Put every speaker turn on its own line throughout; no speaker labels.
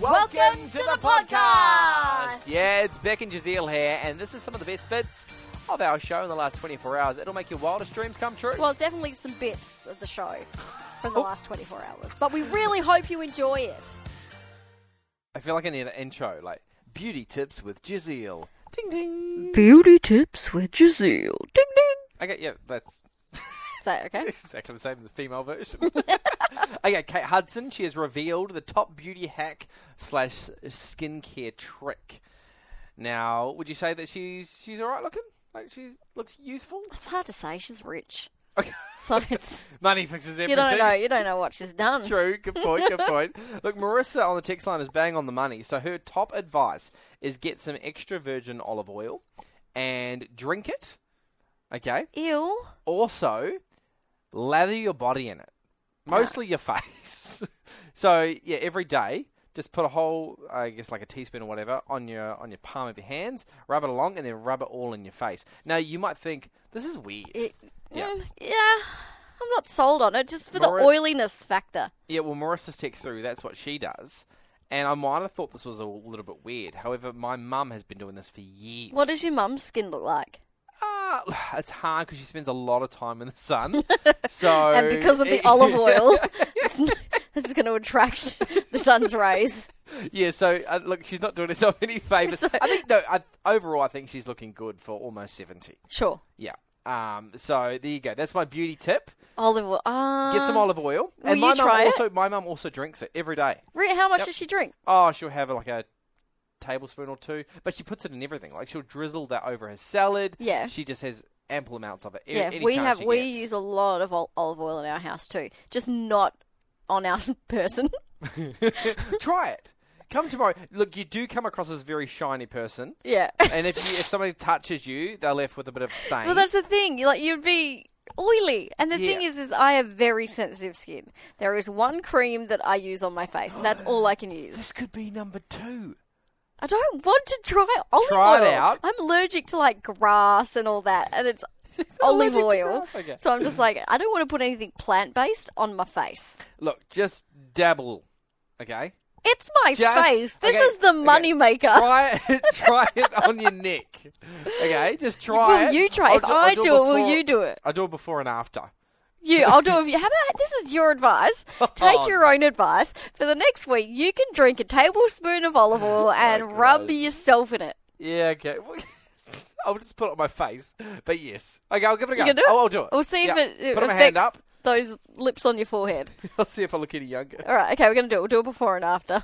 Welcome to the podcast.
Yeah, it's Beck and Giselle here, and this is some of the best bits of our show in the last 24 hours. It'll make your wildest dreams come true.
Well, it's definitely some bits of the show from the last 24 hours, but we really hope you enjoy it.
I feel like I need an intro, like beauty tips with Giselle. Ding ding.
Beauty tips with Giselle. Ding ding.
Okay, yeah, that's
Is that okay?
exactly the same as the female version. okay, Kate Hudson, she has revealed the top beauty hack slash skincare trick. Now, would you say that she's she's all right looking? Like she looks youthful?
It's hard to say. She's rich,
Okay.
so it's
Money fixes everything.
you don't know. You don't know what she's done.
True. Good point. Good point. Look, Marissa on the text line is bang on the money. So her top advice is get some extra virgin olive oil and drink it. Okay.
Ew.
Also, lather your body in it, mostly your face. so yeah, every day, just put a whole, I guess, like a teaspoon or whatever, on your on your palm of your hands. Rub it along, and then rub it all in your face. Now you might think this is weird.
It-
Yeah.
mm, yeah. I'm not sold on it, just for
Mara-
the oiliness factor.
Yeah, well, Marissa's text through. That's what she does. And I might have thought this was a little bit weird. However, my mum has been doing this for years.
What does your mum's skin look like?
Ah, it's hard because she spends a lot of time in the sun. so
And because of the olive oil, it's, it's going to attract the sun's rays.
yeah. So uh, look, she's not doing herself any favors.
So-
I think no. I, overall, I think she's looking good for almost seventy.
Sure.
Yeah. Um. So there you go. That's my beauty tip.
Olive oil. Uh,
Get some olive oil.
will
and my
you try
mum
it?
also my mum also drinks it every day.
Re- How much
Yep.
does she drink?
Oh, she'll have like a tablespoon or two, but she puts it in everything. Like she'll drizzle that over her salad.
Yeah.
she just has ample amounts of it. A-
Yeah,
e-, any
we
chance
have
she
we
gets.
use a lot of ol- olive oil in our house too, just not on our person.
Try it. Come tomorrow. Look, you do come across as a very shiny person,
yeah.
and if you, if somebody touches you, they're left with a bit of stain.
Well, that's the thing. you- Like you'd be oily, and the
Yeah.
thing is, is I have very sensitive skin. There is one cream that I use on my face, and that's all I can use.
this could be number two.
I don't want to try olive
Try it
oil.
out.
I'm allergic to like grass and all that, and it's
Allergic
olive
to
oil.
grass, okay.
So I'm just like, I don't want to put anything plant based on my face.
Look, just dabble. Okay.
It's my
Just-
face. This
okay,
is the
okay.
money maker.
Try it. try it on your neck. Okay, just try
Will
it.
you try?
I'll
If I do it, will
before-
you do it?
I do it before and after.
You, I'll do it. with you. How about this is your advice? Take your own advice for the next week. You can drink a tablespoon of olive oil and
Oh God.
rub yourself in it.
Yeah, okay. Well, I'll just put it on my face. But yes. Okay, I'll give it a go.
You can do it.
Oh, I'll, I'll do it.
We'll see
Yeah.
if it, it
Put my
affects
hand up.
those lips on your forehead.
I'll see if I look any younger.
All right, okay, we're gonna do it. We'll do it before and after.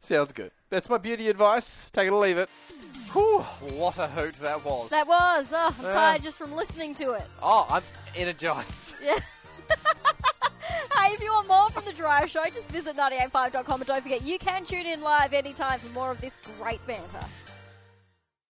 Sounds good. That's my beauty advice. Take it or leave it. Whew, what a hoot that was.
That was. Oh, I'm
Yeah.
tired just from listening to it.
oh, I'm energized.
Yeah. hey, if you want more from The Drive Show, just visit 985.com and don't forget you can tune in live anytime for more of this great banter.